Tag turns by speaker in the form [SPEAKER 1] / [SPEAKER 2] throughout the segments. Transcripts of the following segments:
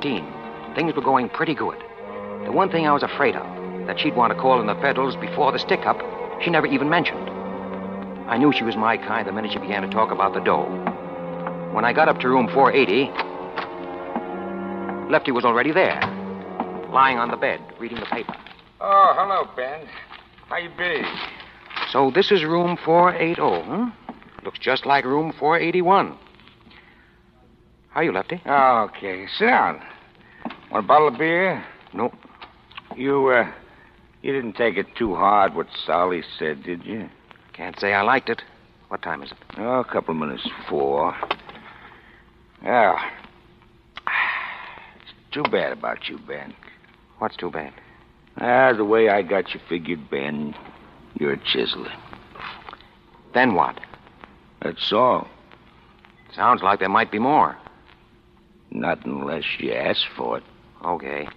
[SPEAKER 1] 3.15. Things were going pretty good. The one thing I was afraid of, that she'd want to call in the Federals before the stick-up, she never even mentioned. I knew she was my kind the minute she began to talk about the dough. When I got up to room 480, Lefty was already there, lying on the bed, reading the paper.
[SPEAKER 2] Oh, hello, Ben. How you be?
[SPEAKER 1] So this is room 480, hmm? Looks just like room 481. How are you, Lefty?
[SPEAKER 2] Okay, sit down. Want a bottle of beer?
[SPEAKER 1] No.
[SPEAKER 2] You, uh, you didn't take it too hard what Solly said, did you?
[SPEAKER 1] Can't say I liked it. What time is it?
[SPEAKER 2] Oh, a couple minutes before. Yeah. It's too bad about you, Ben.
[SPEAKER 1] What's too bad?
[SPEAKER 2] Ah, the way I got you figured, Ben, you're a chiseler.
[SPEAKER 1] Then what?
[SPEAKER 2] That's all.
[SPEAKER 1] Sounds like there might be more.
[SPEAKER 2] Not unless you ask for it.
[SPEAKER 1] Okay.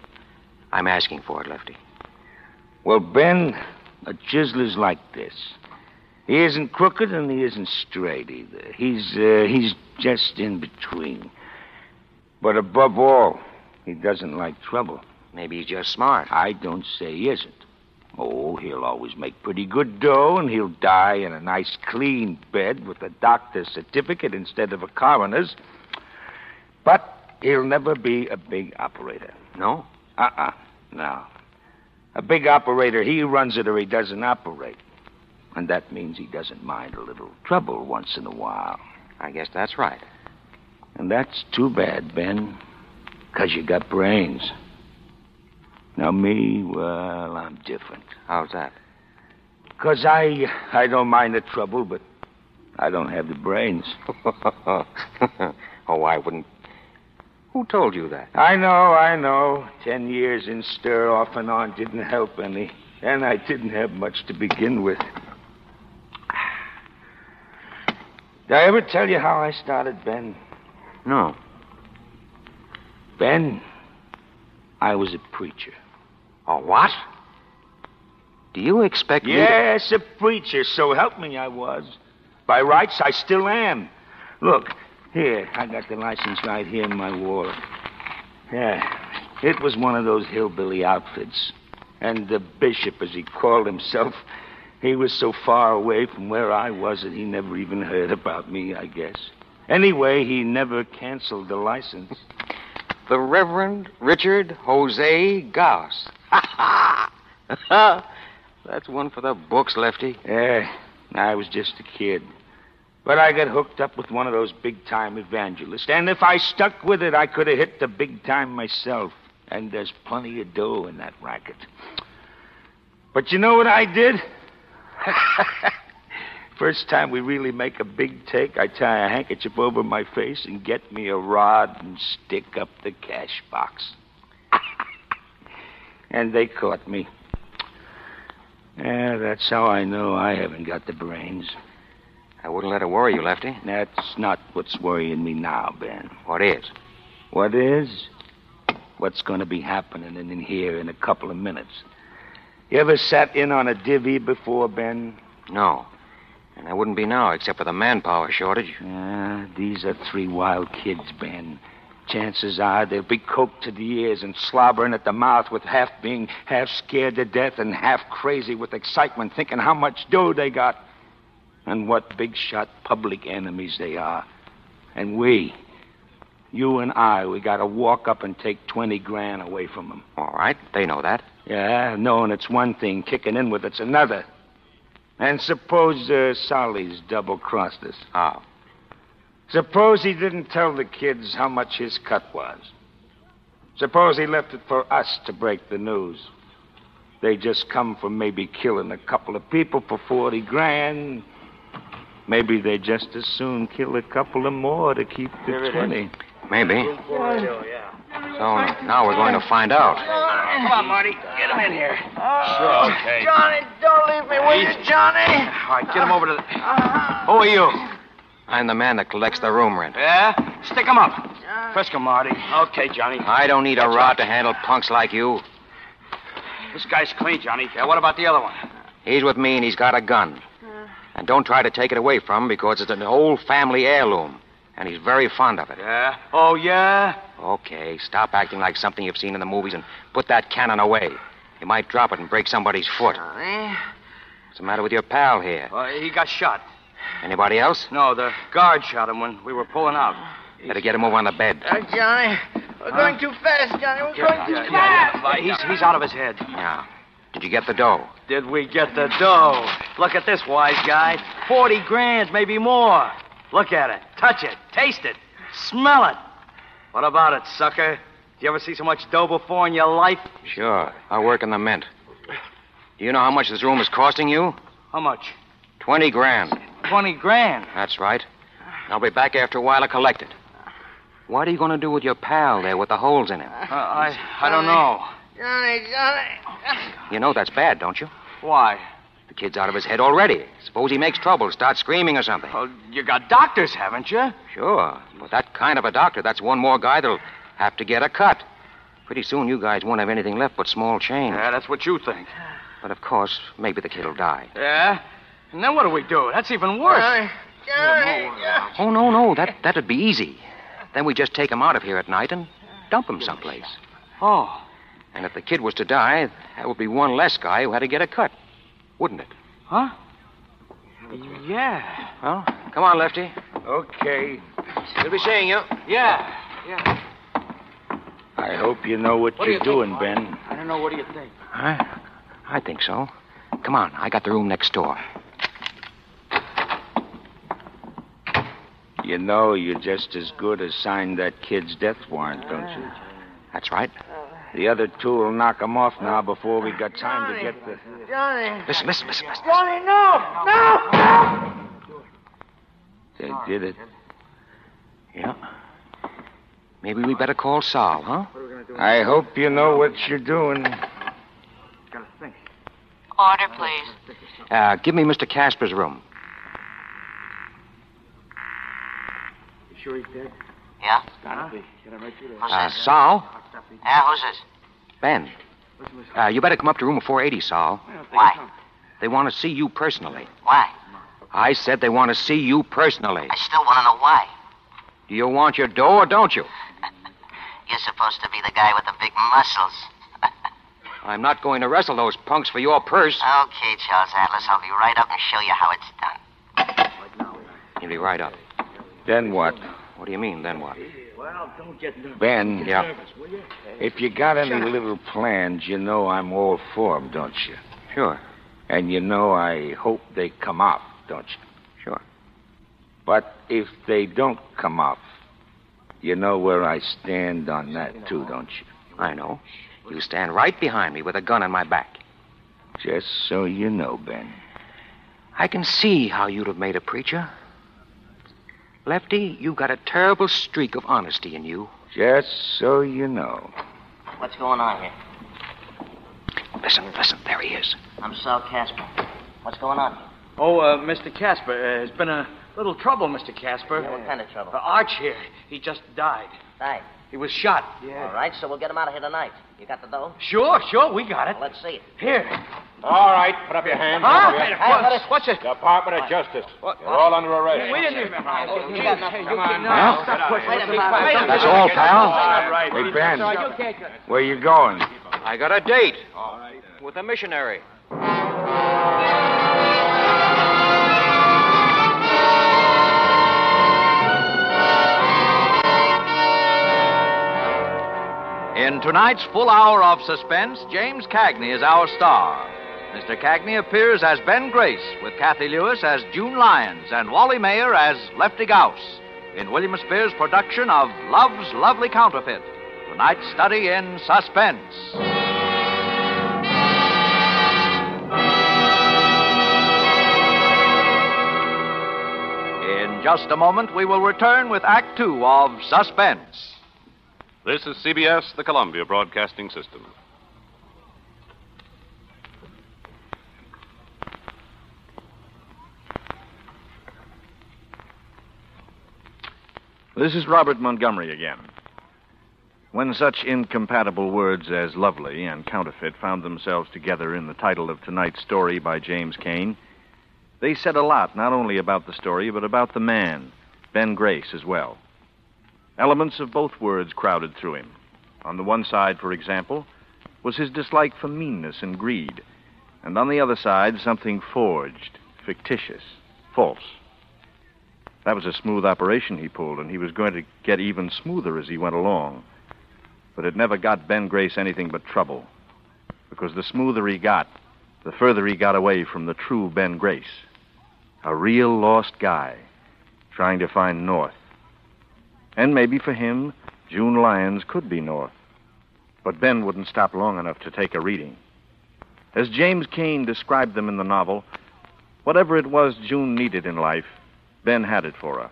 [SPEAKER 1] I'm asking for it, Lefty.
[SPEAKER 2] Well, Ben, a chiseler's like this. He isn't crooked and he isn't straight either. He's uh, he's just in between. But above all, he doesn't like trouble.
[SPEAKER 1] Maybe he's just smart.
[SPEAKER 2] I don't say he isn't. Oh, he'll always make pretty good dough, and he'll die in a nice, clean bed with a doctor's certificate instead of a coroner's. But he'll never be a big operator.
[SPEAKER 1] No?
[SPEAKER 2] Uh uh No. A big operator, he runs it or he doesn't operate. And that means he doesn't mind a little trouble once in a while.
[SPEAKER 1] I guess that's right.
[SPEAKER 2] And that's too bad, Ben, 'cause you got brains. Now, me, well, I'm different.
[SPEAKER 1] How's that?
[SPEAKER 2] 'Cause I, I don't mind the trouble, but I don't have the brains.
[SPEAKER 1] oh, I wouldn't. Who told you that?
[SPEAKER 2] I know, I know. Ten years in stir off and on didn't help any. And I didn't have much to begin with. Did I ever tell you how I started, Ben?
[SPEAKER 1] No.
[SPEAKER 2] Ben, I was a preacher.
[SPEAKER 1] A what? Do you expect me? to-
[SPEAKER 2] Yes, a preacher. So help me, I was. By rights, I still am. Look, here, I got the license right here in my wallet. Yeah, it was one of those hillbilly outfits. And the bishop, as he called himself, he was so far away from where I was that he never even heard about me, I guess. Anyway, he never canceled the license.
[SPEAKER 1] The Reverend Richard Jose Goss. Ha ha! That's one for the books, Lefty.
[SPEAKER 2] Yeah, Eh, I was just a kid. But I got hooked up with one of those big time evangelists, and if I stuck with it, I could have hit the big time myself. And there's plenty of dough in that racket. But you know what I did? First time we really make a big take, I tie a handkerchief over my face and get me a rod and stick up the cash box. and they caught me. Yeah, that's how I know I haven't got the brains.
[SPEAKER 1] I wouldn't let it worry you, Lefty.
[SPEAKER 2] That's not what's worrying me now, Ben.
[SPEAKER 1] What is?
[SPEAKER 2] What is? What's going to be happening in here in a couple of minutes? You ever sat in on a divvy before, Ben?
[SPEAKER 1] No. And I wouldn't be now, except for the manpower shortage.
[SPEAKER 2] Ah, these are three wild kids, Ben. Chances are they'll be coked to the ears and slobbering at the mouth with half being half scared to death and half crazy with excitement, thinking how much dough they got and what big shot public enemies they are. And we, you and I, we got to walk up and take 20 grand away from them.
[SPEAKER 1] All right, they know that.
[SPEAKER 2] Yeah, knowing it's one thing, kicking in with it's another. And suppose uh, Solly's double crossed us.
[SPEAKER 1] How?
[SPEAKER 2] Suppose he didn't tell the kids how much his cut was. Suppose he left it for us to break the news. They just come from maybe killing a couple of people for 40 grand. Maybe they just as soon kill a couple of more to keep the 20.
[SPEAKER 1] Maybe. So now we're going to find out.
[SPEAKER 3] Come on, Marty. Get him in here.
[SPEAKER 4] Oh,
[SPEAKER 3] okay.
[SPEAKER 4] Johnny, don't leave me, will you, Johnny?
[SPEAKER 3] All right, get him over to the. Who are you?
[SPEAKER 1] I'm the man that collects the room rent.
[SPEAKER 3] Yeah? Stick him up. Frisk him, Marty. Okay, Johnny.
[SPEAKER 1] I don't need a rod to handle punks like you.
[SPEAKER 3] This guy's clean, Johnny. Yeah, what about the other one?
[SPEAKER 1] He's with me and he's got a gun. And don't try to take it away from him because it's an old family heirloom. And he's very fond of it.
[SPEAKER 3] Yeah? Oh, yeah?
[SPEAKER 1] Okay, stop acting like something you've seen in the movies and put that cannon away. You might drop it and break somebody's foot.
[SPEAKER 4] Johnny.
[SPEAKER 1] What's the matter with your pal here?
[SPEAKER 3] Uh, he got shot.
[SPEAKER 1] Anybody else?
[SPEAKER 3] No, the guard shot him when we were pulling out.
[SPEAKER 1] Better get him over on the bed.
[SPEAKER 4] Uh, Johnny, we're going too fast, Johnny. We're going too fast.
[SPEAKER 3] Uh, He's, he's out of his head.
[SPEAKER 1] Now, did you get the dough?
[SPEAKER 3] Did we get the dough? Look at this wise guy. Forty grand, maybe more. Look at it. Touch it. Taste it. Smell it. What about it, sucker? Did you ever see so much dough before in your life?
[SPEAKER 1] Sure. I work in the mint. Do you know how much this room is costing you?
[SPEAKER 3] How much?
[SPEAKER 1] Twenty grand.
[SPEAKER 3] Twenty grand.
[SPEAKER 1] That's right. I'll be back after a while to collect it. What are you going to do with your pal there with the holes in him?
[SPEAKER 3] Uh, I, I don't know.
[SPEAKER 4] Johnny, Johnny.
[SPEAKER 1] You know that's bad, don't you?
[SPEAKER 3] Why?
[SPEAKER 1] The kid's out of his head already. Suppose he makes trouble, starts screaming or something.
[SPEAKER 3] Oh, you got doctors, haven't you?
[SPEAKER 1] Sure. With that kind of a doctor, that's one more guy that'll have to get a cut. Pretty soon you guys won't have anything left but small change.
[SPEAKER 3] Yeah, that's what you think.
[SPEAKER 1] But of course, maybe the kid'll die.
[SPEAKER 3] Yeah? And then what do we do? That's even worse.
[SPEAKER 4] Johnny, Johnny, Johnny.
[SPEAKER 1] Oh, no, no. That, that'd be easy. Then we just take him out of here at night and dump him someplace.
[SPEAKER 3] Oh,
[SPEAKER 1] And if the kid was to die, that would be one less guy who had to get a cut, wouldn't it?
[SPEAKER 3] huh? Yeah.
[SPEAKER 1] Well, come on, Lefty.
[SPEAKER 2] Okay.
[SPEAKER 1] We'll be seeing you.
[SPEAKER 3] Yeah.
[SPEAKER 2] I hope you know what, you're doing, Ben.
[SPEAKER 3] I don't know. What do you think?
[SPEAKER 1] I, I think so. Come on, I got the room next door.
[SPEAKER 2] You know you're just as good as signed that kid's death warrant, don't you?
[SPEAKER 1] That's right.
[SPEAKER 2] The other two will knock him off now before we got time to get the.
[SPEAKER 4] Johnny.
[SPEAKER 1] Listen, listen, listen, listen.
[SPEAKER 4] Johnny, no! No! no.
[SPEAKER 2] They did it.
[SPEAKER 1] Yeah. Maybe we better call Sal, huh?
[SPEAKER 2] I hope you know what you're doing.
[SPEAKER 5] Order, please.
[SPEAKER 1] Uh, give me Mr. Casper's room.
[SPEAKER 5] Yeah? Who's
[SPEAKER 1] Uh,
[SPEAKER 5] this?
[SPEAKER 1] Sal?
[SPEAKER 5] Yeah, who's this?
[SPEAKER 1] Ben. Uh, you better come up to room 480, Sal.
[SPEAKER 5] Why?
[SPEAKER 1] They want to see you personally.
[SPEAKER 5] Why?
[SPEAKER 1] I said they want to see you personally.
[SPEAKER 5] I still want to know why.
[SPEAKER 1] Do you want your dough or don't you?
[SPEAKER 5] You're supposed to be the guy with the big muscles.
[SPEAKER 1] I'm not going to wrestle those punks for your purse.
[SPEAKER 5] okay, Charles Atlas, I'll be right up and show you how it's done.
[SPEAKER 1] He'll be right up.
[SPEAKER 2] Then what?
[SPEAKER 1] What do you mean, then what?
[SPEAKER 2] Ben,
[SPEAKER 1] Yeah,
[SPEAKER 2] if you got any little plans, you know I'm all for 'em, don't you?
[SPEAKER 1] sure.
[SPEAKER 2] And you know I hope they come off, don't you?
[SPEAKER 1] Sure.
[SPEAKER 2] But if they don't come off, you know where I stand on that, too, don't you?
[SPEAKER 1] I know. You stand right behind me with a gun in my back.
[SPEAKER 2] Just so you know, Ben.
[SPEAKER 1] I can see how you'd have made a preacher. Lefty, you got a terrible streak of honesty in you.
[SPEAKER 2] Just so you know.
[SPEAKER 5] What's going on here?
[SPEAKER 1] Listen, listen, there he is.
[SPEAKER 5] I'm Sal Casper. What's going on here?
[SPEAKER 3] Oh, uh, Mr. Casper, uh, there's been a little trouble, Mr. Casper.
[SPEAKER 5] Yeah, what kind of trouble?
[SPEAKER 3] Uh, Arch here, he just died.
[SPEAKER 5] Right.
[SPEAKER 3] He was shot.
[SPEAKER 5] All right, so we'll get him out of here tonight. You got the dough?
[SPEAKER 3] Sure, sure, we got it.
[SPEAKER 5] Well, let's see it.
[SPEAKER 3] Here.
[SPEAKER 6] All right, put up your hands.
[SPEAKER 3] Huh?
[SPEAKER 6] Put up your-
[SPEAKER 5] Hey, what is-
[SPEAKER 3] What's it?
[SPEAKER 6] Department of Justice. You're all under arrest.
[SPEAKER 3] We didn't even. Oh,
[SPEAKER 5] You got it.
[SPEAKER 3] come on.
[SPEAKER 1] Well,
[SPEAKER 3] Stop pushing.
[SPEAKER 5] Wait a minute.
[SPEAKER 1] That's all, pal.
[SPEAKER 6] All right.
[SPEAKER 2] Hey, Ben, where you going?
[SPEAKER 1] I got a date. With a missionary.
[SPEAKER 7] In tonight's full hour of suspense, James Cagney is our star. Mr. Cagney appears as Ben Grace, with Kathy Lewis as June Lyons and Wally Mayer as Lefty Gauss in William Spear's production of Love's Lovely Counterfeit. Tonight's study in suspense. In just a moment, we will return with Act Two of Suspense.
[SPEAKER 6] This is CBS, the Columbia Broadcasting System.
[SPEAKER 8] This is Robert Montgomery again. When such incompatible words as lovely and counterfeit found themselves together in the title of tonight's story by James Cain, they said a lot not only about the story, but about the man, Ben Grace, as well. Elements of both words crowded through him. On the one side, for example, was his dislike for meanness and greed, and on the other side, something forged, fictitious, false. That was a smooth operation he pulled, and he was going to get even smoother as he went along. But it never got Ben Grace anything but trouble, because the smoother he got, the further he got away from the true Ben Grace. A real lost guy, trying to find North. And maybe for him, June Lyons could be North. But Ben wouldn't stop long enough to take a reading. As James Cain described them in the novel, whatever it was June needed in life, Ben had it for her.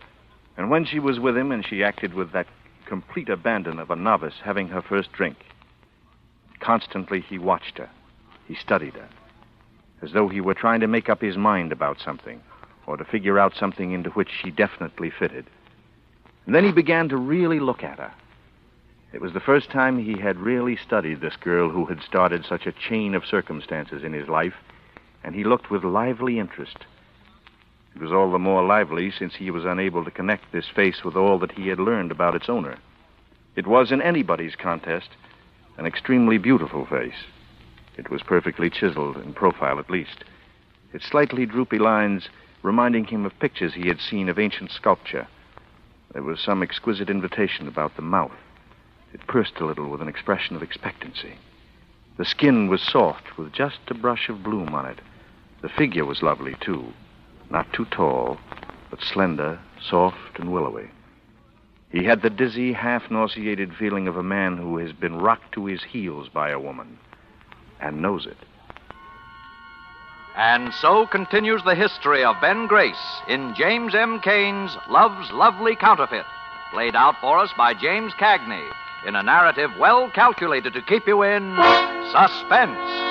[SPEAKER 8] And when she was with him and she acted with that complete abandon of a novice having her first drink, constantly he watched her. He studied her, as though he were trying to make up his mind about something, or to figure out something into which she definitely fitted. And then he began to really look at her. It was the first time he had really studied this girl who had started such a chain of circumstances in his life, and he looked with lively interest. It was all the more lively since he was unable to connect this face with all that he had learned about its owner. It was, in anybody's contest, an extremely beautiful face. It was perfectly chiseled, in profile at least. Its slightly droopy lines reminding him of pictures he had seen of ancient sculpture. There was some exquisite invitation about the mouth. It pursed a little with an expression of expectancy. The skin was soft, with just a brush of bloom on it. The figure was lovely, too. Not too tall, but slender, soft, and willowy. He had the dizzy, half nauseated feeling of a man who has been rocked to his heels by a woman and knows it.
[SPEAKER 7] And so continues the history of Ben Grace in James M. Cain's Love's Lovely Counterfeit, played out for us by James Cagney in a narrative well calculated to keep you in suspense.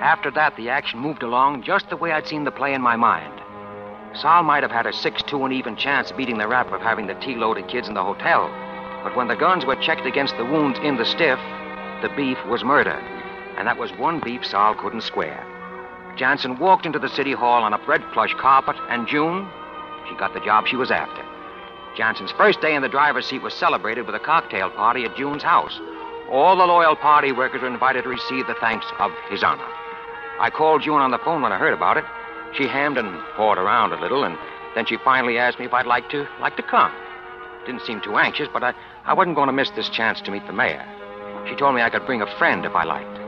[SPEAKER 1] After that, the action moved along just the way I'd seen the play in my mind. Sal might have had a 6 2 and even chance beating the rap of having the tea loaded kids in the hotel. But when the guns were checked against the wounds in the stiff, the beef was murder. And that was one beef Sal couldn't square. Jansen walked into the city hall on a red plush carpet, and June, she got the job she was after. Jansen's first day in the driver's seat was celebrated with a cocktail party at June's house. All the loyal party workers were invited to receive the thanks of His Honor. I called June on the phone when I heard about it. She hemmed and pawed around a little, and then she finally asked me if I'd like to like to come. Didn't seem too anxious, but I, I wasn't going to miss this chance to meet the mayor. She told me I could bring a friend if I liked.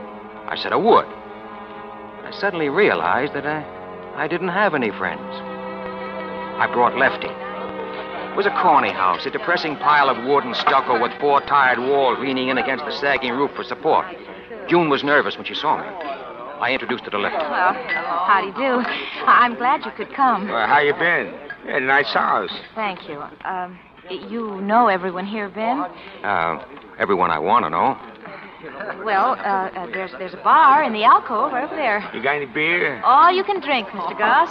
[SPEAKER 1] I said I would. I suddenly realized that I, I didn't have any friends. I brought Lefty. It was a corny house, a depressing pile of wood and stucco with four tired walls leaning in against the sagging roof for support. June was nervous when she saw me. I introduced her to Lefty.
[SPEAKER 9] Well, howdy do. I- I'm glad you could come.
[SPEAKER 2] Well, how you been? Yeah, nice house.
[SPEAKER 9] Thank you. Um, you know everyone here, Ben?
[SPEAKER 1] Uh, everyone I want to know.
[SPEAKER 9] Well, uh, uh, there's there's a bar in the alcove right over there.
[SPEAKER 2] You got any beer?
[SPEAKER 9] All you can drink, Mr. Goss.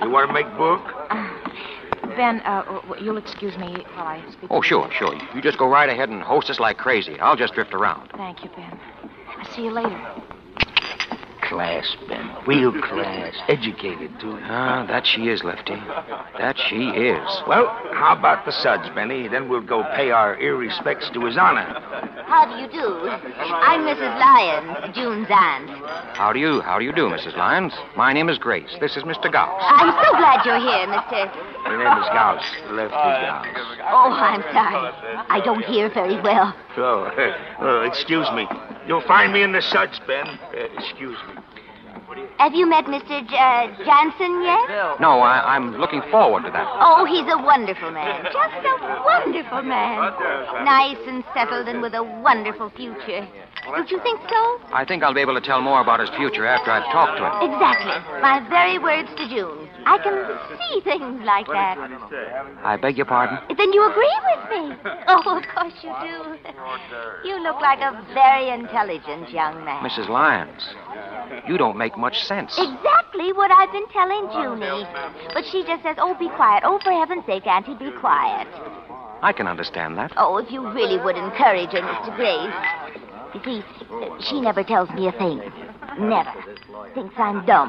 [SPEAKER 2] you want to make book?
[SPEAKER 9] ben, uh, w- w- you'll excuse me while I speak.
[SPEAKER 1] Oh,
[SPEAKER 9] to
[SPEAKER 1] sure, sure. You just go right ahead and host us like crazy. I'll just drift around.
[SPEAKER 9] you. Thank you, Ben. I'll see you later.
[SPEAKER 2] Class, Ben. Real class. Educated, too.
[SPEAKER 1] Ah, that she is, Lefty. That she is.
[SPEAKER 2] Well, how about the suds, Benny? Then we'll go pay our ear respects to his honor.
[SPEAKER 5] How do you do? I'm Mrs. Lyons, June's aunt.
[SPEAKER 1] How do you, how do you do, Mrs. Lyons? My name is Grace. This is Mr. Gauss.
[SPEAKER 5] I'm so glad you're here, Mr.
[SPEAKER 2] My name is Gauss. Lefty Gauss.
[SPEAKER 5] Oh, I'm sorry. eh? I don't hear very well.
[SPEAKER 2] So, well, excuse me. You'll find me in the suds, Ben. Uh, excuse me.
[SPEAKER 5] Have you met Mr. J- uh, Johnson yet?
[SPEAKER 1] No, I, I'm looking forward to that.
[SPEAKER 5] Oh, he's a wonderful man. Just a wonderful man. Nice and settled and with a wonderful future. Don't you think so?
[SPEAKER 1] I think I'll be able to tell more about his future after I've talked to him.
[SPEAKER 5] Exactly. My very words to June. I can see things like that.
[SPEAKER 1] I beg your pardon?
[SPEAKER 5] Then you agree with me? Oh, of course you do. You look like a very intelligent young man.
[SPEAKER 1] Mrs. Lyons, you don't make much sense.
[SPEAKER 5] Exactly what I've been telling Junie. But she just says, oh, be quiet. Oh, for heaven's sake, Auntie, be quiet.
[SPEAKER 1] I can understand that.
[SPEAKER 5] Oh, if you really would encourage her, Mr. Grace. See, she never tells me a thing. Never. Thinks I'm dumb.